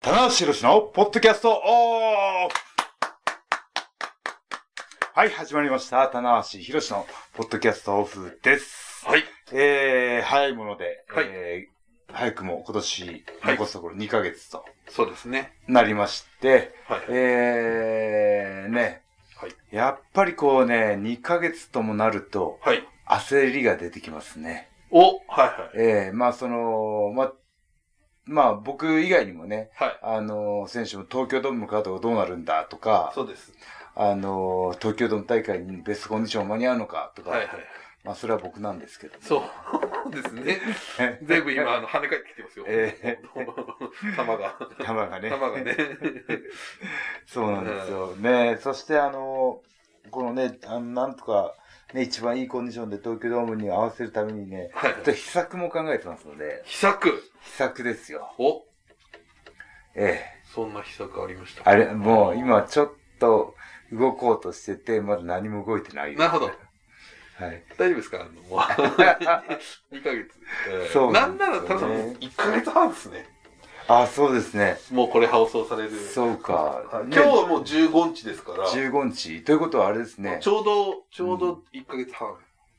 棚橋宏のポッドキャストオフはい、始まりました。棚橋宏のポッドキャストオフです。はい。えー、早いもので、はいえー早くも今年はい残すところ2ヶ月とそうですね。なりまして、はい。えー、ね、はいやっぱりこうね、2ヶ月ともなるとはい。焦りが出てきますね。おはいえー、まあその、まあ、まあ僕以外にもね、はい。はい。あの、選手も東京ドームカードがどうなるんだとか、そうです。あの、東京ドーム大会にベストコンディション間に合うのかとか、はいはい。まあ、それは僕なんですけど。そう。ですね。 全部今、あの、跳ね返ってきてますよ。 え玉が。ー、玉がね。玉がね。そうなんですよ。ねそしてあの、このね、あのなんとか、ね、一番いいコンディションで東京ドームに合わせるためにね、はいちょっ。と秘策も考えてますので、秘策。秘策ですよ。おえそんな秘策ありましえた。あれ、もう今ちょっと動こうとしてて、まだ何も動いてない。なるほど。 はい。大丈夫ですかあの、もう。2ヶ月。そうななんんですなよねら、ただもう1ヶ月半ですね。あ、そうですね。もうこれ放送される。そうか。はいね今日はもう15日ですから。 15日。ということはあれですねち。ょうど、ちょうど1ヶ月半。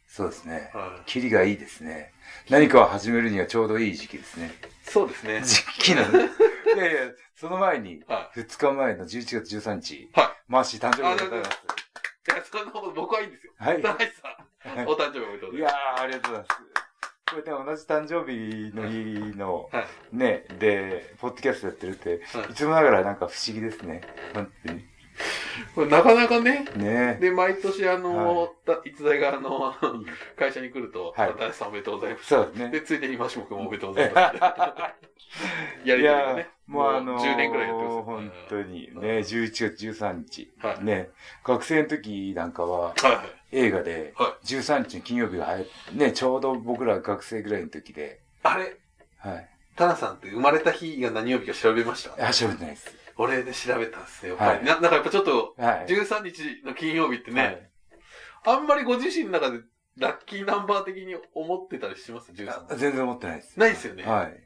そうですね。はキリがいいですね。何かを始めるにはちょうどいい時期 ですね。い。そうですね。時期なんで。 いやいや、その前に、は2日前の11月13日、はいマーシー誕生日でございます。い。いや、そんなこと僕はいいんですよ。はい。田橋さん、お誕生日おめでとうごいざいまやー、ありがとうございます。これね、同じ誕生日の日の、す。はい。ね、で、ポッドキャストやってるって、はいいつもながらなんか不思議ですね。本当に。これなかなかね、ねで、毎年、あの、た逸材が、あの、 ん会社に来ると、はい田橋さんおめでとうございます。そうですね。 で、ついでにマシモ君もおめでとうございます。やりとりいがやね。もうあのー、 10年くらいやってますよ。本は当にね、11月13日。はいね、学生の時なんかはいはい。映画では13日の金曜日が流行っね、ちょうど僕ら学生ぐらいの時で、あれ、はい。田中さんって生まれた日が何曜日か調べましたあ、しゃべってないです。俺で調べたんですよ。やっぱはいり。ななんかやっぱちょっと、はい。 13日の金曜日ってはね、いあんまりご自身の中でラッキーナンバー的に思ってたりしますあ ?13。全然思ってないです。ないですよね。はい。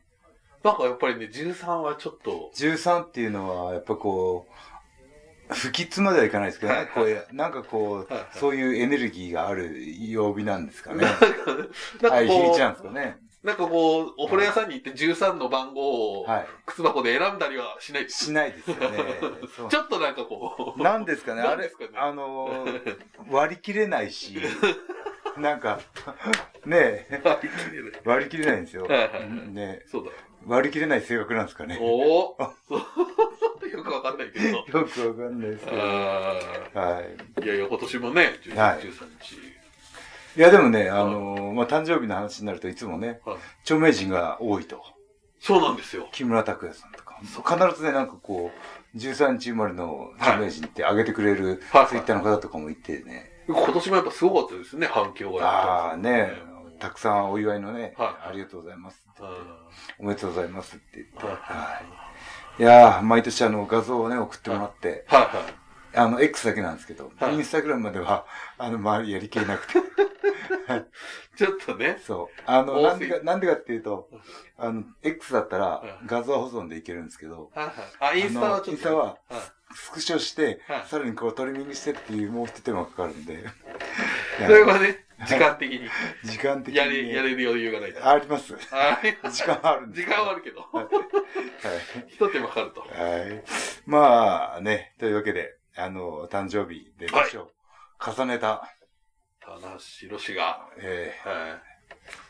なんかやっぱりね、13はちょっと、 13っていうのは、やっぱこう、不吉まではいかないですけどはいねは、いこう、なんかこはいはう、いそういうエネルギーがある曜日なんですかね なん。か、は、ないんか日にこちなんですかね。う、なんかこう、お風呂屋さんに行って13の番号をはい。靴箱で選んだりはしないです。しないですよ ね。そうちょっとなんかこう、なんですかね、あなんでれすかね、あのー、 割り切れないし、なんか、ねえ、割り切れない割り切れないんですよ。はいはいはいねえ そうだ。割り切れない性格なんですかね。よおおそうよくわかんないけど。くわかんないですけど。あはい。ーいやいや、今年もね、13日。はいいや、でもね、あのー、まあ、誕生日の話になるといつもね、はい著名人が多いと。そうなんですよ。木村拓哉さんとか。そ必ずね、なんかこう、13日生まれの著名人ってあげてくれる、はいはいツイッターの方とかもいてね、今年もやっぱすごかったですね、反響が。ああ、ねうんたくさんお祝いのね、はいありがとうございますって言って。あおめでとうございますって言って。ーはいは。はいいやー、毎年あの画像をね、送ってもらって、い。はいはい。あの、X だけなんですけど、はいインスタグラムまでは、あの、周りやりきれなくて、 ちょっとね。そう。あの、なん多すでぎか、なんでかっていうと、あの、X だったらはい画像保存でいけるんですけど、はいはいあ、インスタはちあのょっと。インスタははいスクショしてはい、さらにこうトリミングしてっていうもう一手間かかるん で、それはね、時間的に。時間的にやれ、やね、れる余裕がないから。あります。はい 時間はあるんです時間はあるけど、はい。ひと手間かかると。はい。まあね、というわけで、あの、誕生日で年を重ねた、棚橋氏が、えはー、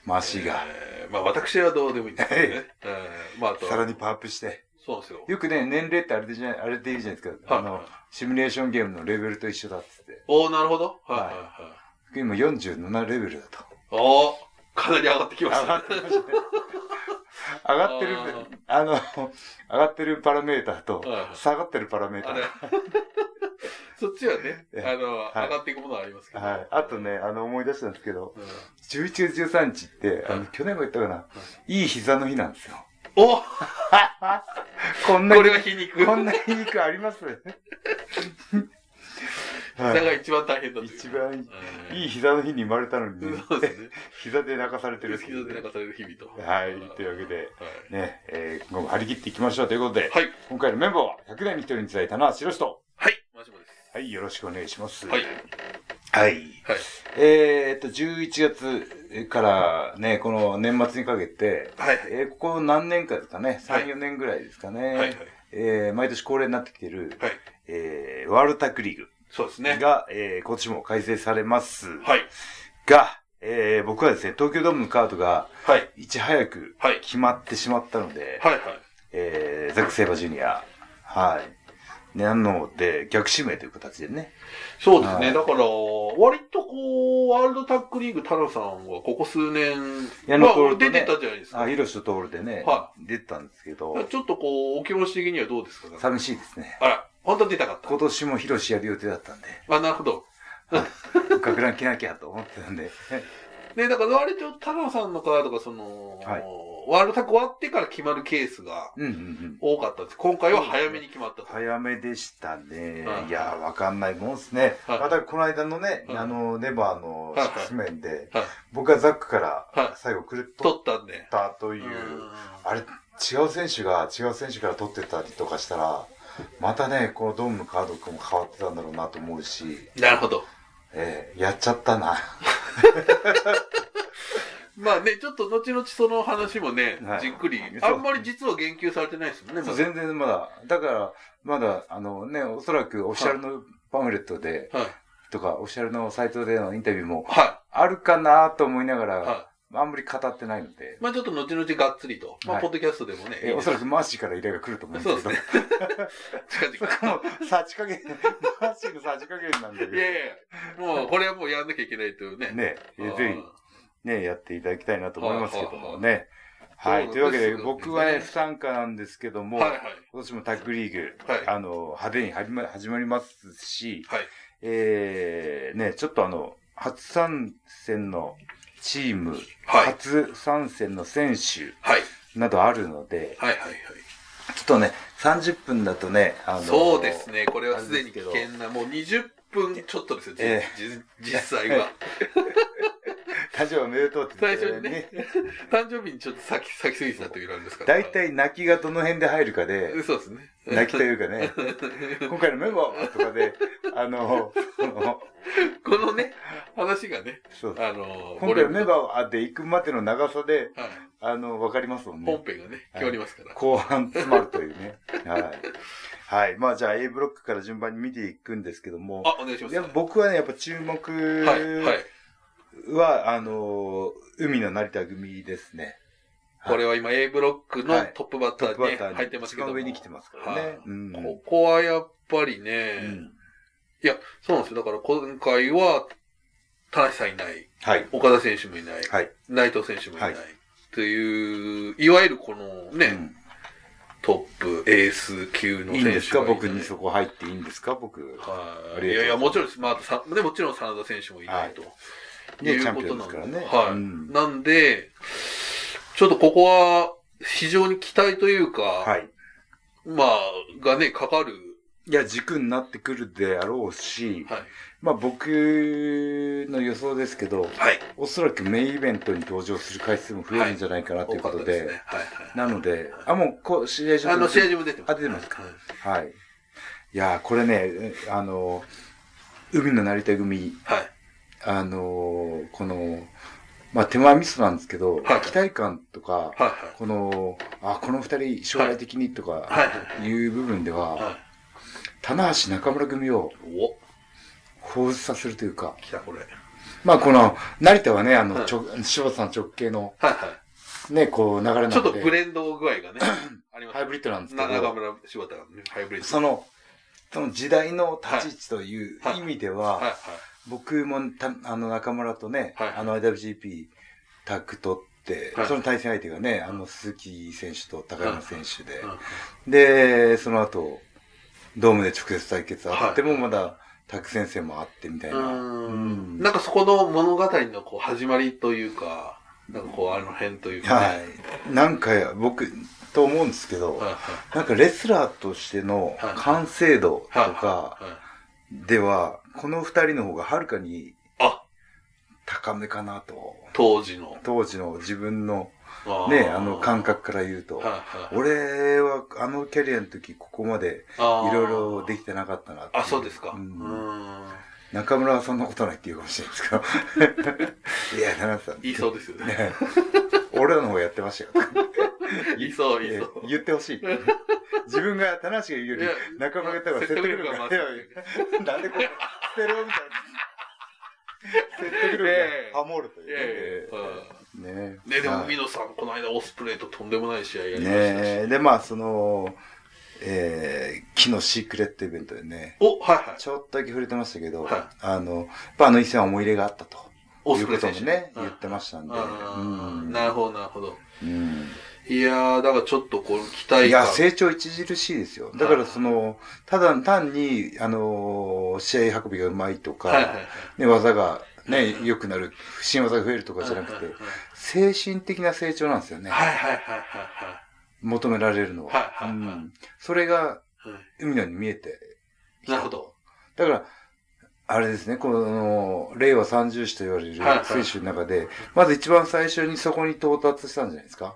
マーいシーが、えーまあ私はどうでもいいんですけどね。えーまああと、さらにパワーアップして、そうなんですよ。よくね、年齢ってあれでじゃない、あれでいいじゃないですか、はあいの、シミュレーションゲームのレベルと一緒だっつって、おおなるほど。はいははいいはい。今47レベル だと。おおかなり上がってき上ましたがねってましたね。上がってる、あの、上がってるパラメーターとは、い下がってるパラメータ あれー。。そっちはねえ、あの、はい上がっていくものはありますけど。はい。あとね、あの、思い出したんですけど、うん。 11月13日って、あの、はい去年も言ったかな、いい膝の日なんですよ。おこんなこにれは皮肉。 こんな皮肉あります膝が一番大変だという一番うんいい膝の日に生まれたのに、ね、そう ですね。膝で泣かされてるってい膝うでね泣かされる日々と。はい、というわけで、はね、えー、今後も張り切っていきましょうということで、い。はい。今回のメンバーは100代に一人に伝えたのは白人。はい。マシモです。はい、よろしくお願いします。はい。。はい。はい。えー、っと、11月からね、この年末にかけて、はい。えー、ここ何年かですかね、はい3、4年ぐらいですかね、はい。はい。えー、毎年恒例になってきてる、はい。えー、ワールドタックリーグそうですね。が、えー、今年も改正されますはい。が、えー、僕はですね、東京ドームのカードがはい。いち早くはい。決まってしまったので、はい。はい。えー、ザック・セイバージュニア。はい。なので、逆指名という形でね。そうですはね。いだから、割とこう、ワールドタックリーグ、タナさんはここ数年、いやま残あ、るとね出てたじゃないですかあ、。ヒロシとトールでね、は出てたんですけど、ちょっとこう、お気持ち的にはどうですか寂しいですね。あら、本当に出たかった今。年もヒロシやる予定だったんで、 あ、なるほど。学ラン着なきゃと思ってたんで。 ね、だから割とタナさんのカードが、その、はいワールドタック終わってから決まるケースがうんうんうん。多かったんです。今回は早めに決まったと。早めでしたね。はいいや、わかんないもんですね。はいまたこの間のね、はいあの、ネバーのはい指面で、はい僕はザックかはいら最後くるっとっ取ったんで。たというう、んあれ、違う選手が違う選手から取ってたりとかしたら、またね、このドームのカード君も変わってたんだろうなと思うし、なるほど。えーやっちゃったな。まあね、ちょっと後々その話もね、はいじっくり、そあうんまり実は言及されてないですもんね、まだ全然まだ、だから、まだ、あのね、おそらくオフィシャルのパンフレットで、はい。とか、オフィシャルのサイトでのインタビューもはあるかなと思いながい。ら、はあんまり語ってないのでい。、まあちょっと後々がっつりと。まあ、はいポッドキャストでもね。えおそらくマーシーから依頼が来ると思うんでそうですすけねど、。近々。僕 もさじ加減、マーシーのさじ加減なんだけど、いやいや、もうこれはもうやんなきゃいけないというね。ね、えうんぜひ、ね、やっていただきたいなと思いますけどもね。はいははいい。というわけで、そうなんですよね僕はね、不参加なんですけども、はいはい。今年もタッグリーグ、はいあの、派手に始ま始まりますし、はいえー、ね、ちょっとあの、初参戦のチーム、はい。初参戦の選手はい。などあるので、はいはいはい。ちょっとね、30分だとね、あの、そうです。ね。これはすでに危あれで険な、もう20分ちょっとですよ、じえじ実際は。誕生日おめでとうって言って最初にね。誕生日にちょっと先、先すぎたというのがあるんですから。大体泣きがどの辺で入るかで、そうですね。泣きというかね、今回のメンバーはとかで、あの、 その このね、話がね、そうあのー、今回のメンバーーはで行くまでの長さで、はい、あの、わかりますもんね本。編がね、はい決まりますから。後半詰まるというね。はい。はい。まあじゃあ A ブロックから順番に見ていくんですけども、あ、お願いします。いや僕はね、やっぱ注目は、はい、はい。あの、海の成田組ですね。はいこれは今 A ブロックのはいトップバッタトップバーッにタねー入っにてます一けど番も。上に来てますからね。はいうん。ここはやっぱりね、うんいや、そうなんですよ。だから今回は、田中さんいない、はい。岡田選手もいない、はい。内藤選手もいない、はいという、いわゆるこのね、うんトップ、エース級のい選手いがんですかいない僕にそこ入っていいんですか僕。はありがとうございますい。いやいや、もちろんです。まあ、さね、もちろん真田選手もいないと。ね、いチうャンこピオとンでなすんからでね。はい、うんなんで、ちょっとここは、非常に期待というか、はい。まあ、がね、かかる。いや、軸になってくるであろうし、はい。まあ僕の予想ですけど、はい。おそらくメインイベントに登場する回数も増えるんじゃないかなということで、ね。はいはなので、あ、もうこう、試合い。上あの、試合中も出てます。あ出てますかはいはい。いやー、これね、えあの、海の成田組、はい。あのー、この、まあ手前ミスなんですけど、はい期待感とか、はいこの、あ、この二人将来的にとはか、い。はいいう部分では、はい。はい。棚橋中村組をお、放出させるというか、来た、これ。はいまあこの、成田はね、あの、はいちょ柴田さん直系の、は。ね、こう流れないので、ちょっとブレンド具合 がね、ありますハイブリッドなんですけな長ど、村柴田がね、ハイブリッド。その、その時代の立ち位置というはい意味ではいはは、い。僕もたあの中村とね、はいあの IWGP タッグ取って、はいその対戦相手がね、あの鈴木選手と高山選手で、うんで、その後、ドームで直接対決あっても、はいまだタッグ先生もあってみたいな。うんんなんかそこの物語のこう始まりというか、なんかこうあの辺というか、ね。はい。なんか僕、と思うんですけど、はいなんかレスラーとしてのはい完成度とはいかはいでは、この二人の方がはるかにあ高めかなと。当時の。当時の自分のあーね、あの感。覚から言うとはい。はいはい俺はあのキャリアの時ここまであーいろいろできてなかったなっていあ、そうですか。うーんん。中村はそんなことないって言うかもしれないですけ ど。いや、奈良さん。言いそうですよね。ね俺らの方やってましたよ。言いそう、言いそう。言ってほしい。自分が、田無が言うよいりや、中村が言った方が説得力がある。なんでこれ、ステレオみたいな。説得いやい力やがハモるといやいやいうね。ねうんね、でも、はいミノさん、この間、オスプレイととんでもない試合やりましたし。ねえ、で、まあ、その、えー、木のシークレットイベントでね、お、はいはい。ちょっとだけ触れてましたけど、はいあの、やっぱあの一戦は思い入れがあったと。オいスうこプレイと選も手ね、うん言ってましたんで。あーうんなるほど、なるほど。うんいやー、だからちょっとこの期待いや、感。成長著しいですよ。だからその、ただ単に、あのー試合運びがうまいとか、はいはいはい。ね、技がね、良くなる、不審技が増えるとかじゃなくはいて、精神的な成長なんですよね。はいはいはいは求められるのは。はいはいはいうんそれが、いはい。は海野に見えて。いなるほど。だから、あれですね、この、令和三十史と言われるはいはい水手の中で、まず一番最初にそこに到達したんじゃないですか。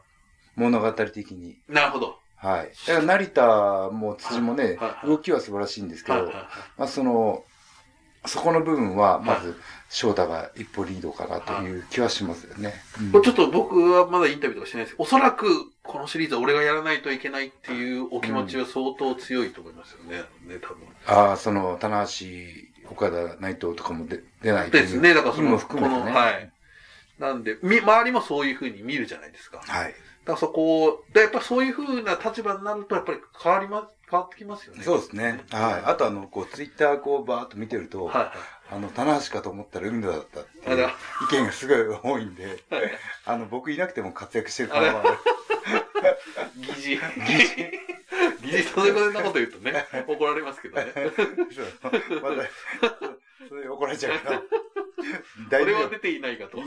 物語的に。なるほど。はい。だから成田も辻もね、はいはい動きは素晴らしいんですけはいど、はいはい。まあその、そこの部分は、まはず、翔太が一歩リードかなという気はしますよね。うんこれちょっと僕はまだインタビューとかしてないですけど、おそらくこのシリーズは俺がやらないといけないっていうお気持ちは相当強いと思いますよね。ね、多分。ああ、その、棚橋、岡田、内藤とかも出出ないというですね。だからそ意味もの、こ含めの、てね。はい。なんで、み、周りもそういうふうに見るじゃないですか。だかはい。らそこを、で、やっぱそういうふうな立場になると、やっぱり変わります、変わってきますよね。そうですね。はい。あとあの、こう、ツイッターこう、バーっと見てると、はいはい。あの、棚橋かと思ったら海野だったってあいうら意見がすごい多いんで、はいあの、僕いなくても活躍してるから、は疑 似。疑似。それこんなこと言うとね、怒られますけどね。 そうまだ、それ怒られちゃう から。大俺丈は夫出。ていないかと。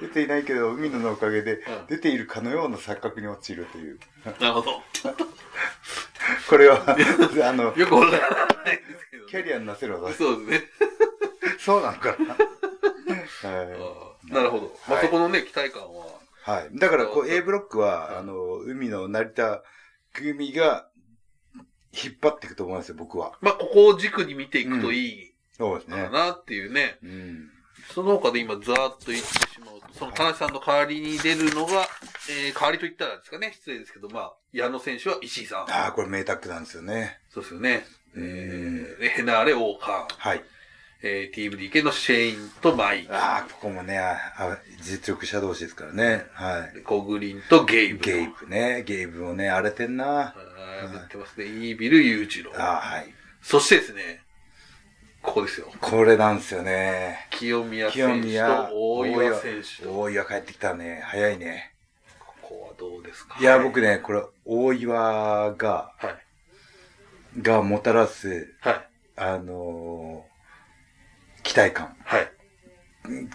出ていないけど、海野のおかげでうん、出ているかのような錯覚に陥るという。なるほど。これ は、あの、よくわからないですけど、キャリアになせる技です。そうですね。そうなのかな。 はあーなるほど。まあ、はいそこのね、期待感は。い。はい。だから、こう、そうそう A ブロックは、あの、海の成田組が、引っ張っていくと思うんですよ、僕は。まあ、ここを軸に見ていくといいそうですのかね。なっていうね。うん。その他で今、ざーっと言ってしまうと、その田中さんの代わりに出るのが、えー、代わりと言ったらですかね、失礼ですけど、まあ、矢野選手は石井さん。ああ、これ名タックなんですよね。そうですよね。えうー、でヘナーレ、オーカーン。はい。えー、TVDK のシェインとマイ。ああ、ここもね、ああ実力者同士ですからね。はい。でコグリンとゲイブ。ゲイブね、ゲイブもね、荒れてんな。あーやってますね。イービル・ユージロああ、はい。そしてですね、ここですよ。これなんですよね。清宮清選手と宮、大岩選手と。大岩帰ってきたね。早いね。ここはどうですかいや、僕。ね、これ、大岩が、はい。がもたらす、はい。あのー期待感、はい。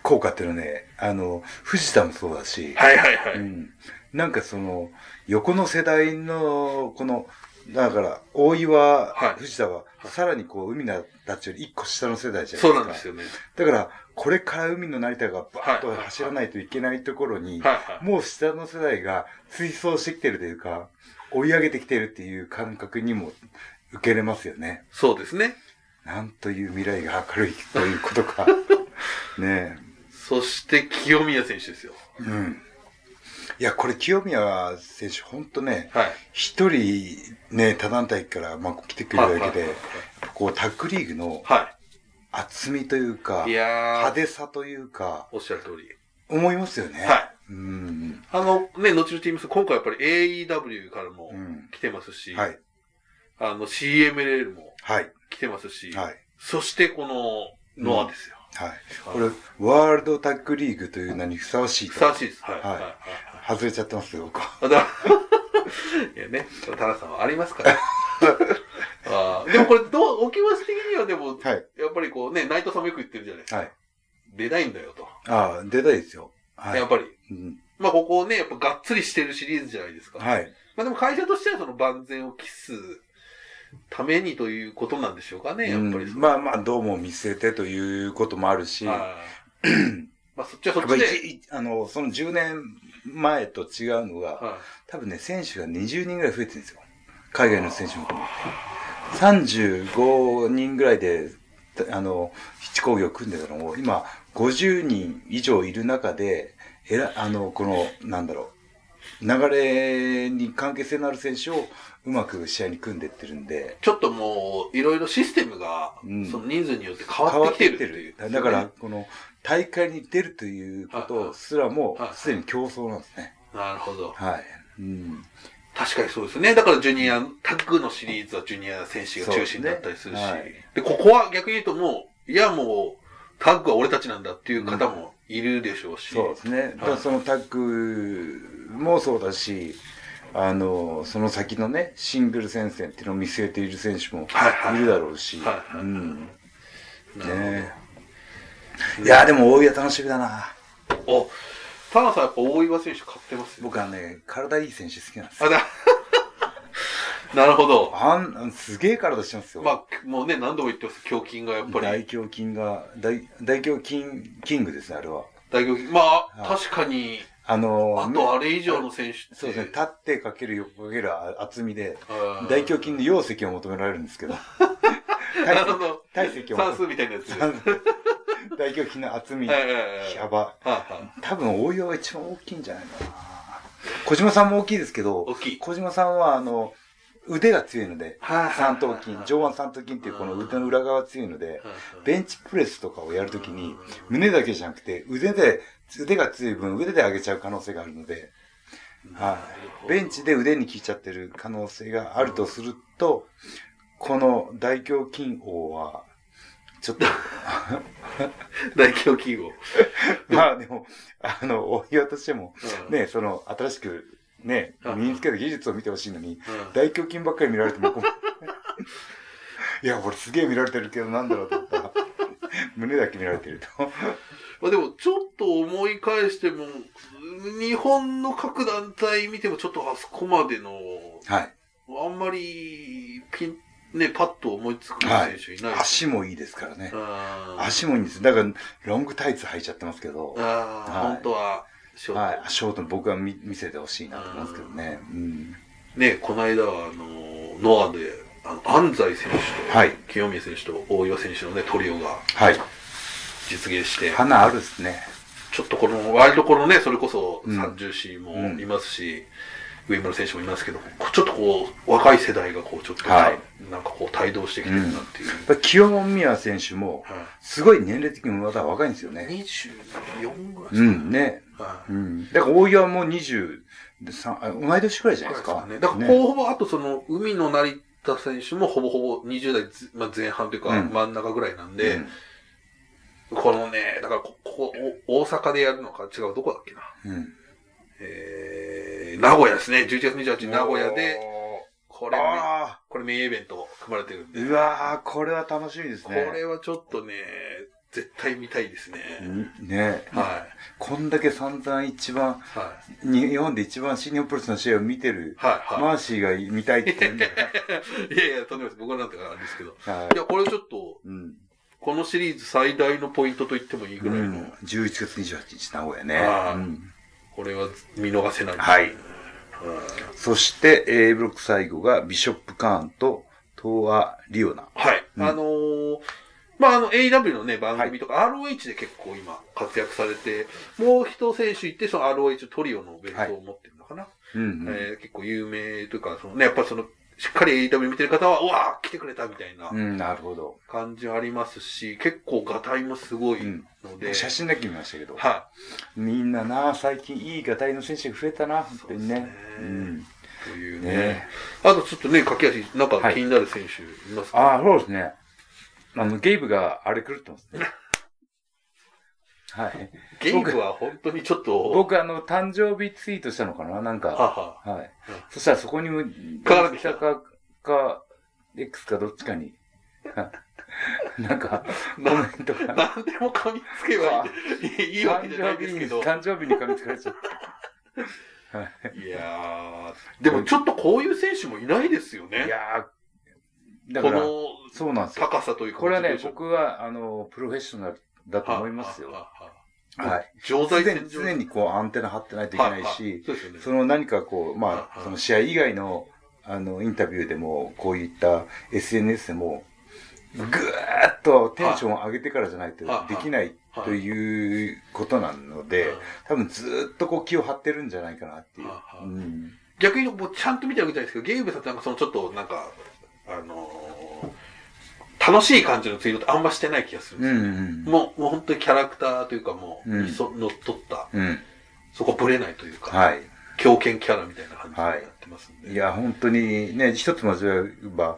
効果っていうのはね、あの、藤田もそうだし、はいはいはうい。ん。なんかその、横の世代の、この、だから、大岩、はい藤田は、さらにこう、海野たちより一個下の世代じゃないですか。そうなんですよね。だから、これから海の成田がバーッとはい走らないといけないところに、はいはい。もう下の世代が追走してきてるというか、追い上げてきてるっていう感覚にも受けれますよね。そうですね。なんという未来が明るいということ か。ねそして清宮選手ですよ。え。うん。いや、これ清宮選手、ほんとね、はい。一人ね、他団体から、まあ、来てくれるだけはいで、こう、タッグリーグのは厚みというかい。い、や派ー、手さというか、おっしゃる通り。思いますよね。はい。うん。あの、ね、後々言います今回やっぱり AEW からもうん来てますし、はい。あの CMLL もはい。来てますし、はい。そしてこのノアですよ。はい。こはいれ、ワールドタッグリーグという名にふさわしいふとさ。わしいです。ははい。いはい。はい外れちゃってますよ、僕は。あだ いやね、田中さんはありま すから。あーでもこれどう、お気持ち的にはでも、はい。やっぱりこうね、内藤さんもよく言ってるじゃないですか。はい。出ないんだよと。ああ、出たいですよ。はいやっ。ぱり。うんまあここをね、やっぱがっつりしてるシリーズじゃないですか。はい。まあでも会社としてはその万全を期すためにということなんでしょうかね、やっぱりうそんの。まあまあ、どうも見せてということもあるし、はい まあそっちはそやっっぱちりで。一あの、その10年前と違うのが、は多分ね、選手が20人ぐらい増えてるんですよ。海外の選手も含めて。35人ぐらいで、たあの、七工業組んでたのも、今、50人以上いる中で、えら、あの、この、なんだろう、流れに関係性のある選手をうまく試合に組んでってるんで、いちょっともう、いろいろシステムが、うんその人数によって変わってきてるっていう。だだから、、この、大会に出るということすらもはいは、いすでに競争なんですね。なるほど。はい。うん。確かにそうですね。だからジュニア、タッグのシリーズはジュニア選手が中心だったりするし、そうでですねここは逆に言うともう、いやもう、タッグは俺たちなんだっていう方もいるでしょうし、そうですね、だからそのタッグもそうだし、あのその先のね、シングル戦線っていうのを見据えている選手もはいはいいるだろうし、はいはいうんなるねいやー、でも大井は楽しみだな、ほど。お、タナさんやっぱ大岩選手買ってますよ。僕はね、体いい選手好きなんですよ、あ、だ、 なるほど。あんあんすげえ体してますよ、まあ、もうね、何度も言ってます。胸筋がやっぱ大り、胸筋が、大大胸筋キングですね、あれは。大胸筋。まあ、はい確かに、あのあとあれ以上の選手って。そうですね、立ってかける横かける厚みで、うん大胸筋の容積を求められるんですけど、 な体る積ほど。体積を算数みたいなやつ。はい 大胸筋の厚み、はいやはいはいば。はいはい多分応用が一番大きいんじゃないかな。小島さんも大きいですけど大、きい。小島さんはあの腕が強いので、はいはいはいはい三頭筋、上腕三頭筋っていうこの腕の裏側が強いので、ベンチプレスとかをやるときに、胸だけじゃなくて、腕で、腕が強い分、腕で上げちゃう可能性があるので、はい。ベンチで腕に効いちゃってる可能性があるとすると、この大胸筋王は、ちょ っと、大胸筋を。まあでも、あの、大岩としても、うん、ね、その、新しく、ねう、ん身につけた技術を見てほしいのに、うん大胸筋ばっかり見られても困る。 いや、俺すげえ見られてるけど、なんだろうと思ったら、胸だけ見られてると。まあでも、ちょっと思い返しても、日本の各団体見ても、ちょっとあそこまでの、はい。あんまり、ピン、ね、パッと思いつくはい選手いないし。足もいいですからね。うん足もいいんです。だから、ロングタイツ履いちゃってますけど、はああ、はい本当は、ショートい。ショートの僕は見見せてほしいなと思うんですけどね。うん。ね、この間は、あの、ノアで、あの安西選手と、はい清宮選手と大岩選手のね、トリオがはい。実現して、花あるっすね。ちょっとこの、割とこのね、それこそうん三重士もいますし、上村選手もいますけど、こうちょっとこう、若い世代がこう、ちょっと、はいなんかこう、帯同してきてるなっていう。やっぱ清宮選手も、はすごい年齢的にまだ若いんですよいね。 24ぐらいですうかん、ね。はいうん。だから大岩も23、あ同い年くらいじゃないですか。ねだからねこう、ほぼ、あとその、海の成田選手もほぼほぼ20代ず、まあ、前半というか、うん真ん中ぐらいなんうで、んこのね、だからこ、ここ、お大阪でやるのか、違う、どこだっけな。うん。えー、名古屋ですね。11月28日、名古屋で、これ、ね、あこれメインイベント組まれてるんであ、。うわーこれは楽しみですこね。れはちょっとね、絶対見たいですね。うんねはい。こんだけ散々一番、はい。日本で一番新日本プロレスの試合を見てる、はい。マはーシーが見たいって言うんだよ い。いやいや、とんでもないです。僕はなんていうかあれですけど。はいや、これちょっと、い。うん。このシリーズ最大のポイントと言ってもいいぐうらいの、ん、11月28日、名古屋はねうい。んこれは見逃せない。はいうん。そして、A ブロック最後が、ビショップ・カーンと、東亜リオナ。はい。うんあのー、まあ、あの、AW のね、番組とか、ROH で結構今、活躍されて、もう一選手いて、その ROH トリオのベルトを持ってるのかな。うんうんえー結構有名というか、そのね、やっぱりその、しっかり AW 見てる方は、うわー来てくれたみたいなうん、なるほど。感じありますし、結構ガタイもすごいので、写真だけ見ましたけど、はみんなな、最近いいガタイの選手が増えたな、本当にね。そうですうねん、い。というね。ねあとちょっとね、駆け足、なんかはい気になる選手いますか、ああ、そうですね。あの、ゲイブが荒れ狂って ますね。はい。ゲイブは本当にちょっと、僕、あの、誕生日ツイートしたのかななんはか、ははいうん。そしたらそこにも、かかってきたか、か、X かどっちかに、はいなんか、コメントが。何でも噛みつけばいいいいわけじゃないですけど。い誕生日に誕生日に噛みつかれちゃった。やー、でもちょっとこういう選手もいないですよね。いやだこから、のそうなんですよ。高さというか、これはねモ、チベーション僕は、あの、プロフェッショナルだと思いますよ。はあはあはあはい。常在常戦に、常にこう、アンテナ張ってないといけはないし、そうですよね。その何かこう、まはあ、いその試合以外の、あの、インタビューでも、こういった SNS でも、ぐーっとテンションを上げてからじゃないとはでいきないはいということなので、多分ずーっとこう気を張ってるんじゃないかなっていうは。あはあうん逆にもうちゃんと見てるわけじゃないですけど、ゲームさんってなんかそのちょっとなんか、あのー楽しい感じのツイートってあんましてない気がするんうですんよ。うんもう、もう本当にキャラクターというかもう、うんにそ乗っ取った、うん。うん。そこぶれないというか、はい。狂犬キャラみたいな感じになってますんで。いや、本当にね、一つ間違えば、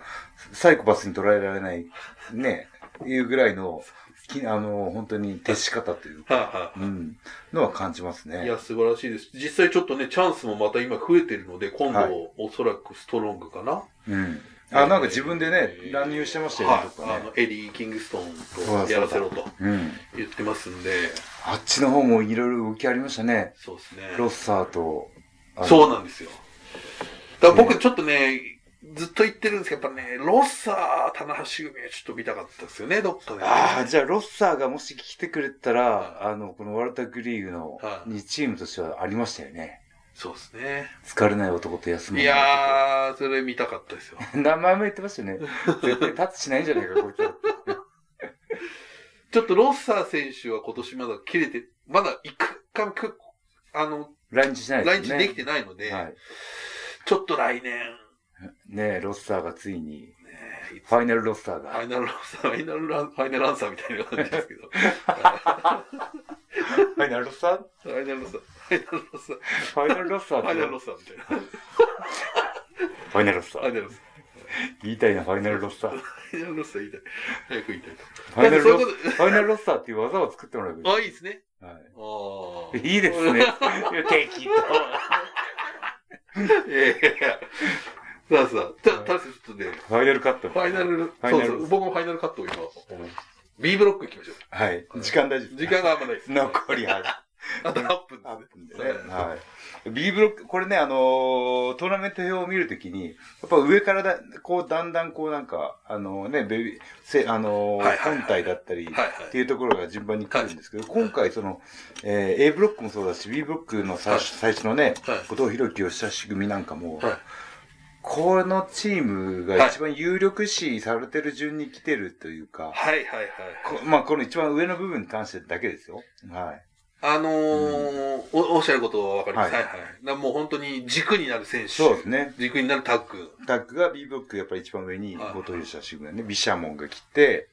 サイコパスに捉えられない、ね、いうぐらいの、きあの、本当に徹し方というか、はいはいはういん、のは感じますね。いや、素晴らしいです。実際ちょっとね、チャンスもまた今増えてるので、今度、はいおそらくストロングかな。うん。あ、なんか自分でね、乱入してましたよね、はいとかあねの。エリー・キングストンとやらせろとうん。言ってますんで、あっちの方もいろいろ動きありましたね。そうですね。ロッサーと、あのそうなんですよ。だからね僕ちょっとね、ずっと言ってるんですけど、やっぱね、ロッサー、棚橋組はちょっと見たかったですよね、どっかで。ああ、じゃあ、ロッサーがもし来てくれたら、あの、このワルタグリーグのはい2チームとしてはありましたよね。そうですね。疲れない男と休むいやー、それ見たかったですよ。 名前も言ってましたよね。絶対タッチしないんじゃないか、こいつは。ちょっとロッサー選手は今年まだ切れて、まだ一回もく、あの、来日しない来です日よね。できてないので、はい。ちょっと来年、ねえ、ロスターがついに、ねいつファイナルロスターファが、イナルロッサー、ファイナルラン、ファイナルアンサーみたいな感じですけ ど。ファイナルロスターファイナルロッサー、ファイナルロッサー、ファイナルロスターっファイナルロてッサーみたいな。フファイナルロスタァイー。ナルロッサー。言いたいな、ファイナルロスター。 ファイナルロッサー言いたい。早く言いたいと。ファイナルロスそういうこファイナルロスターっていう技を作ってもらえばいとあ、いいですね。い。はああい、いいですね。い。や適いやいやいや。さあさあ、た、ただしちょっとね、当。ファイナルカット。ファイナル、ァイナルそうそう、僕もファイナルカットを今、B ブロック行きましょう。はい。時間大丈夫時間があんまないです。残り ある。あと8分8分でですねね。。はい。B ブロック、これね、あのートーナメント表を見るときに、やっぱ上からだ、こう、だんだんこうなんか、あのね、ベビー、せ、あのーはいはいはい本体だったり、はいはいっていうところが順番に来るんですけど、今回その、えー A ブロックもそうだし、B ブロックの最初,、最初のね、はい後藤弘樹をした仕組みなんかも、はい。このチームはがい一番有力視されてる順に来てるというか、はいはいはい。こまあ、この一番上の部分に関してだけですよ。はい。あのー、おおっしゃることはわかります。ははいいはい。だからもう本当に軸になる選手。そうですね。軸になるタッグ。タッグが B ブロックやっぱり一番上にはい後藤弘社シグナね、ビシャモンが来て、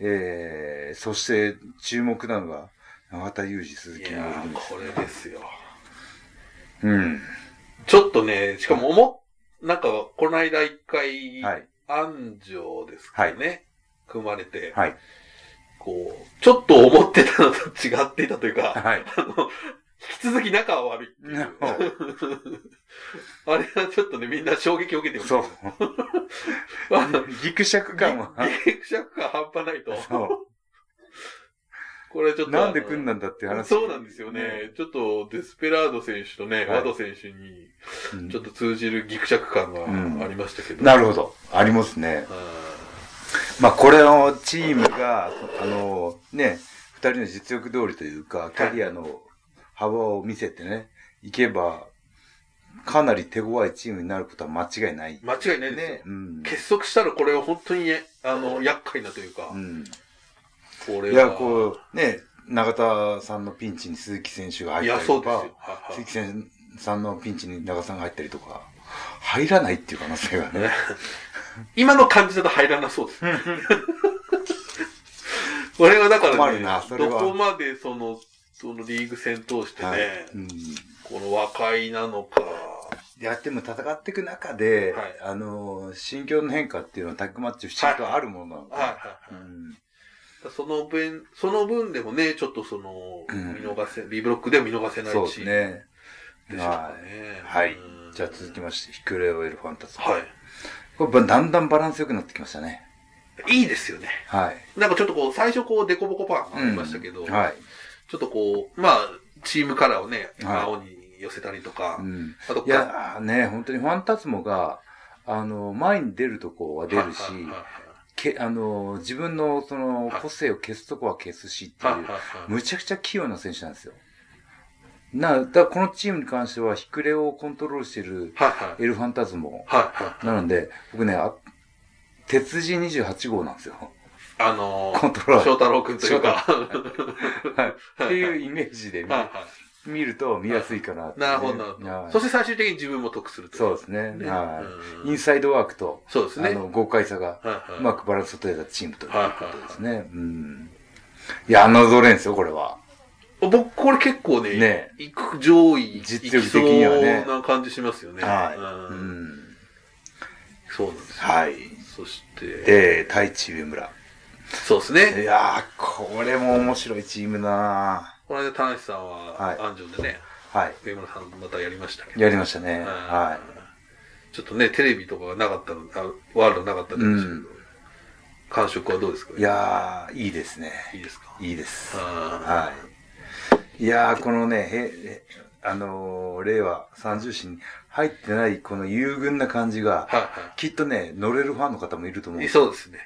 えー、そして注目なのが永田裕二、鈴い木やのー、これですよ。うん。ちょっとね、しかも思っ、なんか、この間一回、はい。安城ですかね。組まれて、はい。こう、ちょっと思ってたのと違っていたというか、はい。あの、引き続き仲は悪いって いう。あれはちょっとね、みんな衝撃を受けてます。そう。 あの、ギクシャク感は。ギクシャク感半端ないと。そこれちょっう。と。なんで来んだなんだっていう話。そうなんですよね。ちょっと、デスペラード選手とね、はいワド選手に、うん。ちょっと通じるギクシャク感うんがありましたけど。なるほど。ありますね。あまあ、これのチームが、あの、ね、二人の実力通りというか、キャリアの幅を見せてね、いけば、かなり手強いチームになることは間違いない。ー間違いないですよ。ね。うん。結束したらこれは本当にね、あの、厄介なというか、うん。これは。いや、こう、ね、永田さんのピンチに鈴木選手がい入っや、たりそとうですかよ。はい、はい鈴木選手さんのピンチに永田さんが入ったりとか、入らないっていう可能性がね。今の感じだと入らなそうです。 これはだから困ねるなそれどはこまでその、そのリーグ戦通してね、はい。うん。この和解なのか、やっても戦っていく中で、はいあの、心境の変化っていうのはタッグマッチ不思議とあるものなので、はいはいはうんい。その分、その分でもね、ちょっとその、うん見逃せ、リブロックでも見逃せないそうでし、すでね。しょうかね。はいうん。じゃあ続きまして、ヒクレオエルファンタスマ。はこれだんだんバランス良くなってきましたね。い。いいですよね。はい。なんかちょっとこう、最初こう、デコボコパンがありましたけど、うんはい。ちょっとこう、まあ、チームカラーをね、はい青に寄せたりとか、うんあといやーね、本当にファンタズモが、あの、前に出るとこは出るし、はいはいはいけあの、自分のそのはい個性を消すとこは消すしってい、はいはいうはいむちゃくちゃ器用な選手なんですよ。な、だからこのチームに関しては、ヒクレをコントロールしてるはいはいエルファンタズモ。はいはい。なので、僕ね、あ鉄人28号なんですよ。あのコー、ントロー翔ル。太郎くんというか。はい。っていうイメージで見はいは見ると見やすいかなってい。ね、なるほど、なるほはど。いそして最終的に自分も得するといそうですね。ねはうんい。インサイドワークと、そうですあね。の、豪快さが、はいはいうまくバランスを取れたチームということですね。うん。いや、侮れんですよ、これは。僕、これ結構ね、ねいく上位、実力的にはねいきそうな感じしますよね。はい。ううんん。そうなんですよ。はい。そして、で、太一上村。そうですね。いやー、これも面白いチームだなこの間、田無さんはいは、安城でね、はい。上村さんまたやりましたけど。やりましたね。うんはちょっとね、テレビとかがなかったの、あワールドなかったんですけど、うん感触はどうですかい。いやー、いいですね。いいですかいいです。ははい。いやー、このね、へ、へあのー令和三重市に入ってないこの優遇な感じが、いはきっとね、乗れるファンの方もいると思うんい。です。そうですね。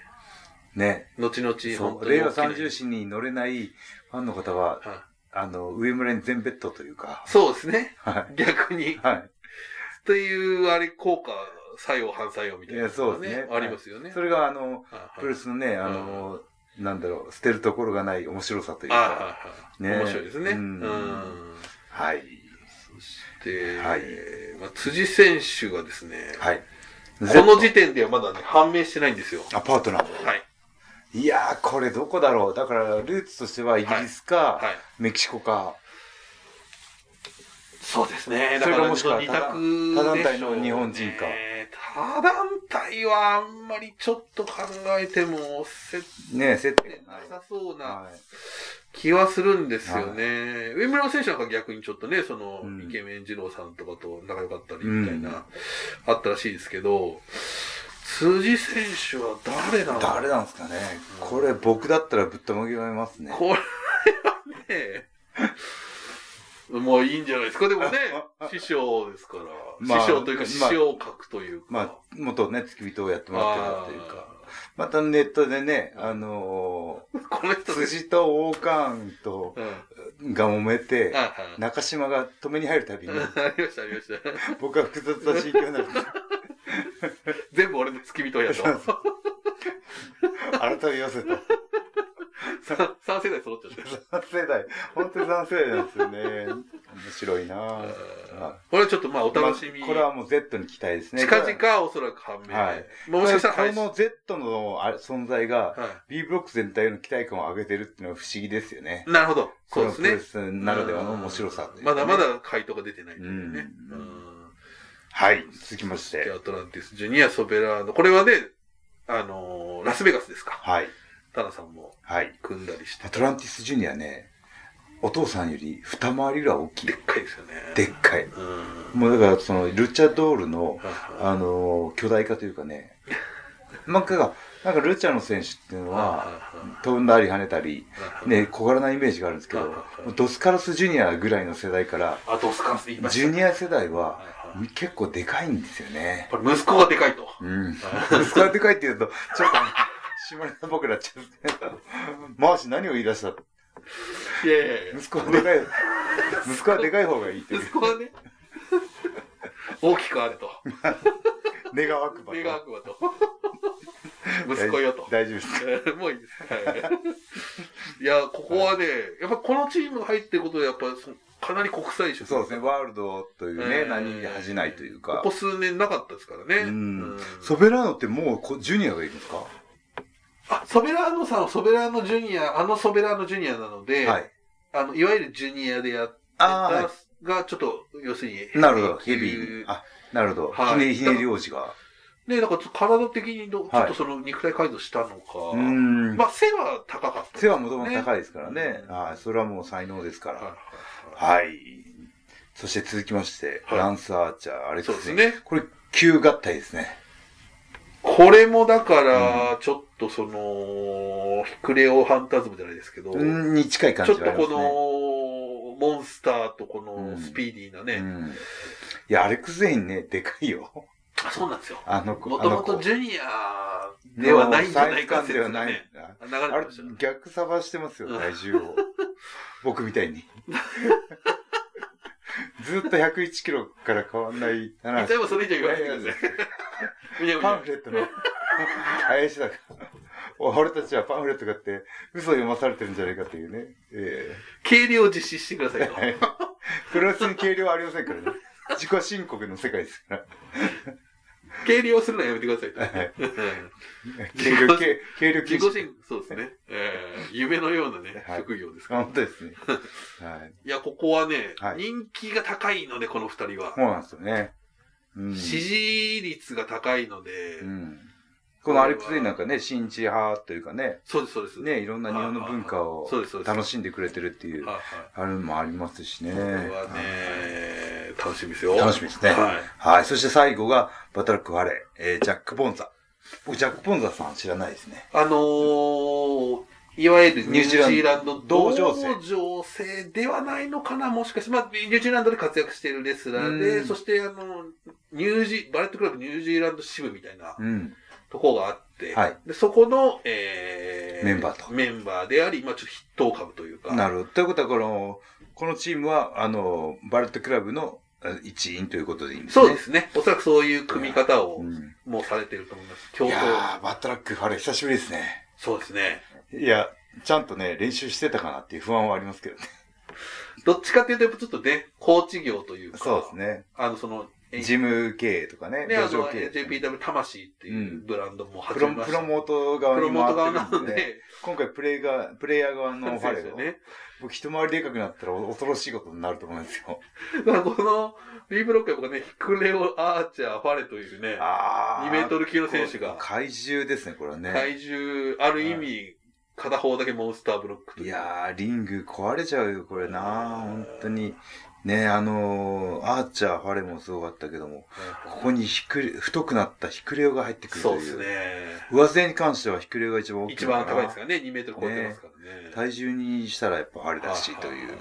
ね。後々、そ本う。当に令大和きな三重市に乗れないファンの方は、はあの、上村に全ベッドというかい、そうですね。は逆にい。。はという、あれ、効果、作用、反作用みい。たいいなのや、が、そうですね。ありますよね。それが、あの、はいプロレスのね、あの、なんだろう、捨てるところがない面白さというはいか、はいはい。ね面白いですね。ううんん。はい。そして、はいまあ、辻選手がですね、はい。この時点ではまだね、判明してないんですよ。アパートナーも。はい。いやー、これどこだろう。だから、ルーツとしてはイギリスか、はい。メキシコか、そうですね。それだかからももししくくはは他団二択他団体の日本人かか。他団体はあんまりちょっと考えても、接ねえ、接点点なない。さそうなはい気はするんですよね。上村選手なんか逆にちょっとね、その、うんイケメン二郎さんとかと仲良かったりみたいな、あったらしいですけど、辻選手は誰なの誰なんですかね。これ僕だったらぶったまげられますね。これはね、もういいんじゃないですか。でもね、師匠ですから、まあ師匠というか師まあ匠格というか。まあ、元ね、付き人をやってもらってるというか。またネットでね、あのあー。この人ー、です。辻と王冠とうん。が揉めてあ、あ中島が止めに入るたびに、ありました、ありました。僕は複雑な心境になる。全部俺の付き人やと。改めよせと。三三世代揃っちゃってる。 3世代。本当に3世代なんですよね。面白いなぁ。あーこれはちょっとまあお楽しみ。まあこれはもう Z に期待ですね。近々おそらく判明。はいまあもしかしたらこれ配こ信。はの Z のあ存在が、B ブロック全体の期待感を上げてるっていうのは不思議ですよねい。。なるほど。そうですこのプロレね。スならではの面白さといううんかまねだま。だ回答が出てないというね。ううんんはい、続きましでて。アトランティス、ジュニア、ソベラーノ。これはね、あのーラスベガスですか。はい、タナさんもはい。組んだりしてア。トランティスジュニアね、お父さんより二回りぐらい大きいでっ。かいですよね。でっかい。うん。もうだから、その、ルチャドールの、はあのー、巨大化というかね、なんか、なんかルチャの選手っていういのはは、飛んだり跳ねたり、いはいね、小柄なイメージがあるんですけど、ドスカロスジュニアぐらいの世代から、あとスカンスで言いましジたュニア世代ははいは結構でかいんですよね。やっぱり息子がでかいと。うん。スカでかいって言うと、ちょっと、島根っぽくなっちゃうんですけど、マーシ何を言い出したいやいやいや息子はでかい、息子はでかい方がいいっていう息。子はね、大きくあると。願わくば。目が悪魔と。息子よと。大丈夫ですか。 もういいです。はい。いや、ここはね、やっぱこのチームが入ってることで、やっぱそかなり国際色。そうですね、ワールドというね、うん何に恥じないというこかこ。数年なかったですからね。うんうん。ソベラーノってもうこジュニアがいるんですかはあ、ソベラーノさんはソベラーノジュニア、あのソベラーノジュニアなので、い、い。あの、いわゆるジュニアでやってああ、はた、が、ちょっと、要するに、い。なるほど、ヘビーに。ああ、なるほど。はひいねりひねり王子が。ね、なんかちょっと体的にど、ちょはっいとその肉体改造したのか、うん。まあ、背は高かった。背はもともと高いですからねね。はい。それはもう才能ですかはいはいら。はいはい。そして続きまして、はいランスアーチャー、アレックスそうですねこれ、旧合体ですね。これもだから、ちょっとその、クレオハンタズムじゃないですけど、うんに近い感ちじょっがあとりまこすね。の、モンスターとこうのんスピーディーなね、うんいや、アレックス・ゼインね、でかいよ。あそうなんですよ。あの子、もあとのも子とジュニアではないんじゃないかサイズ感ではない説んだ。がね流あれれてましたよね、逆さばしてますよ、体重 を。僕みたいに。ずっと101キロから変わんない一話。体もそれ以上言わないでください。いやいパンやフレットの林だから。俺たちはパンフレット買って嘘を読まされてるんじゃないかというね。え計量を実施してくださいえと。プロレスに軽量はありませんからね。自己申告の世界ですから。計量をするのはやめてくださいと。はい 自軽己量、軽軽量禁自己止申告、そうですね。えー夢のようなねは、い職業ですから。本当です ね。はい。いや、ここはね、はい人気が高いので、この二人そうは。なんですよね。うん。支持率が高いので、うんこのアリプスイなんかね、新地派というかね、そうです、そうです。ね、いろんな日本の文化をそうです、そうです。楽しんでくれてるっていう、はいあるのもありますしね。はい。これはね、楽しみですよ。楽しみですね。はい。はい。そして最後が、バトラック・ファレー、えージャック・ボンザ。僕、ジャック・ボンザさん知らないですね。あのー、いわゆるニュージーランドニュージーランド同情生同情生ではないのかなもしかして、まあ、ニュージーランドで活躍しているレスラーで、うんそして、あの、ニュージー、バレットクラブニュージーランド支部みたいなうん。とこがあって、はいでそこの、えメンバーとメンバーであり、まあ、ちょっと筆頭株というか、なるほど。ということは、この、このチームは、あの、バレットクラブのえー一員ということでいいんですね。そうですね。おそらくそういう組み方をうんもうされてると思います。い競争。やー、バトラック・ファレー久しぶりですね。そうですね。いや、ちゃんとね、練習してたかなっていう不安はありますけどね。どっちかっていうと、やっぱちょっとね、コーチ業というか、そうですね。あの、その、えジム経営とかね、ね、あ土の、壌経営とかね、 JPW 魂っていうブランドプも始めロましプたロね、モート側プロにモート回側ってなるんので、ね、で、今回プレイが、プレイヤー側のファレそうーですよを、ね。僕一回りでかくなったら恐ろしいことになると思うんです よ。だからこの B ブロックは僕はね、ヒクレオ、アーチャー、ファレというね、あ2メートル級の選手が、怪獣ですね、これはね。体重、ある意味、片方だけモンスターブロックといいう。やー、リング壊れちゃうよ、これな本当に。ねあのーアーチャー、ファレーもすごかったけども、ここにひくれ太くなったヒクレオが入ってくるとそういう。ですね。上背に関してはヒクレオが一番大きい一のかな番高いですからね、2メートル超えてますからね。体重にしたらやっぱあれらしいとはいうは。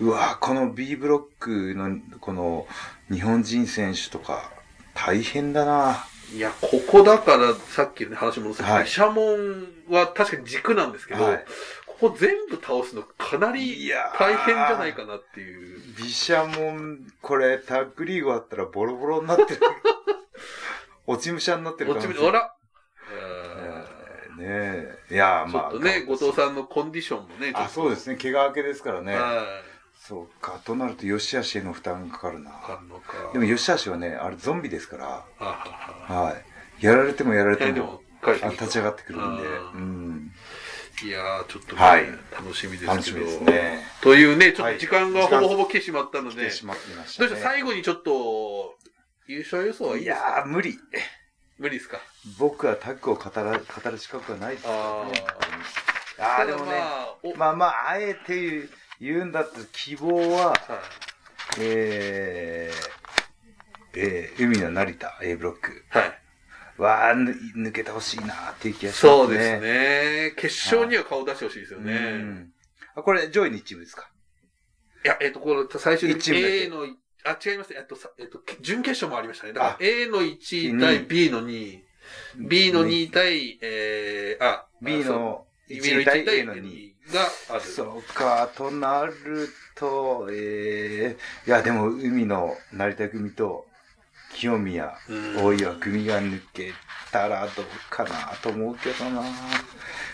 うわぁこの B ブロックの、この、日本人選手とか、大変だないや、ここだから、さっきのね話戻すと、はいイシャモンは確かに軸なんですけど、はいここ全部倒すのかなりいやー大変じゃないかなっていう。ビシャモン、これ、タッグリーグ終わったらボロボロにな ってる。落ち武者になってるこっ可ち能見性て、あら、えーねえ。いやーえーちょまあ。っとね、後藤さんのコンディションもね、あ、そうですね。怪我明けですからね。ね。はい。そうか。となると、吉橋への負担がかかるなあんのか。でも、吉橋はね、あれ、ゾンビですから。あはははい。やられてもやられいやてでもも、返してあき立ち上がってくるんで。あーうん。いやー、ちょっとね、はい楽しみですけど。楽しみですね。というね、ちょっはとい時間がほぼほぼ来てしまったの来で、てしまっていましどたうしたね。最後にちょっと、優勝予想はいいいですかやー、無理。無理ですか僕はタッグを語ら語る資格はないですからね。あああー、でもね、おまあまあ、あえて言うんだったら、希望は、はいえー、えー、海の成田 A ブロックはい。はぬ抜けてほしいなーっていう気がしますね。そうですね。決勝には顔出してほしいですようね。ん。あ、これ、上位にチームですかいや、えっ、と、この最終一チームだけ A の、あ、違います。えっと、さえっと、け準決勝もありましたね。だからあ A の1位対うん B の2位。B の2位対、えー、あ、 ?B のそう1 B 位の対1対 A A のの2 2がある。そうか、となると、えー、いや、でも、海の成田組と、清宮、うん大岩組が抜けたらどうかなと思うけどな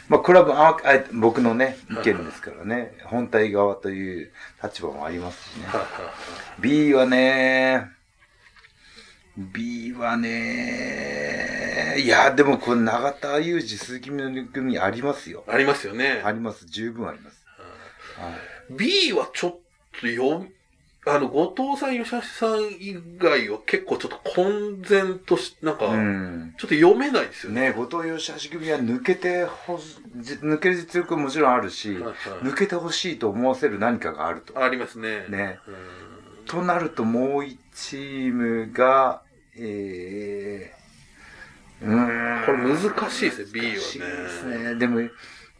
まあ、これはああ僕のね、意見ですからね、本体側という立場もありますしね。はいはいはい B はね、B はね、いや、でもこの永田裕二、鈴木みのり組ありますよ。ありますよね。あります、十分あります。はい B はちょっとよ、あの、後藤さん、吉橋さん以外は結構ちょっと混然とし、なんか、うん。ちょっと読めないですよねね。後藤義橋組は抜けてほし、じ抜ける実力ももちろんあるし、はいはい抜けてほしいと思わせる何かがあると。ありますね。ね。うんとなるともう一チームが、えー、うーん。これ難しいですね、B はね。難しいですね。でも、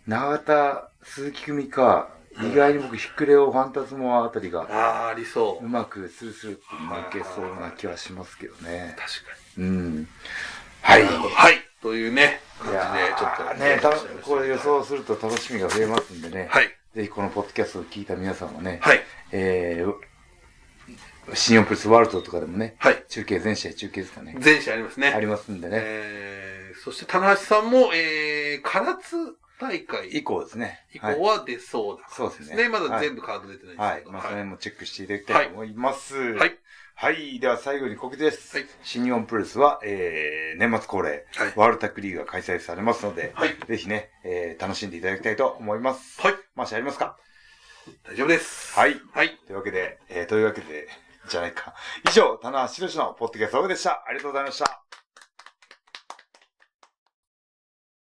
永田、鈴木組か、意外に僕、ヒクレオ、ファンタズモあたりが、ああ、ありそうう。まくスルスルって負けそうな気はしますけどね。確かうん。はい。に。はい。というね、感いじでや、ちょっとーね、た楽しみですこれ予想すると楽しみが増えますんでね。はい。ぜひこのポッドキャストを聞いた皆さんはね、はい。えー、新日本プロレスワールドとかでもね、はい。中継、全試合中継ですかね。前者ありますね。ありますんでね。えー、そして、棚橋さんも、えー、唐津大会以降ですね。以はい降は出そうだ、そうですねまだ全部カード出てないですはけい。ど。まあ、その辺もチェックしていただきたいと思います。ははいい。では最後に告知です。はい新日本プロレスは、えー、年末恒例、はいワールドタックリーグが開催されますので、はいぜひね、えー、楽しんでいただきたいと思います。はい。マーシャありますか大丈夫です。はいはい。というわけで、えー、というわけで、じゃないか。以上、棚橋宏のポッドキャストオフでした。ありがとうございました。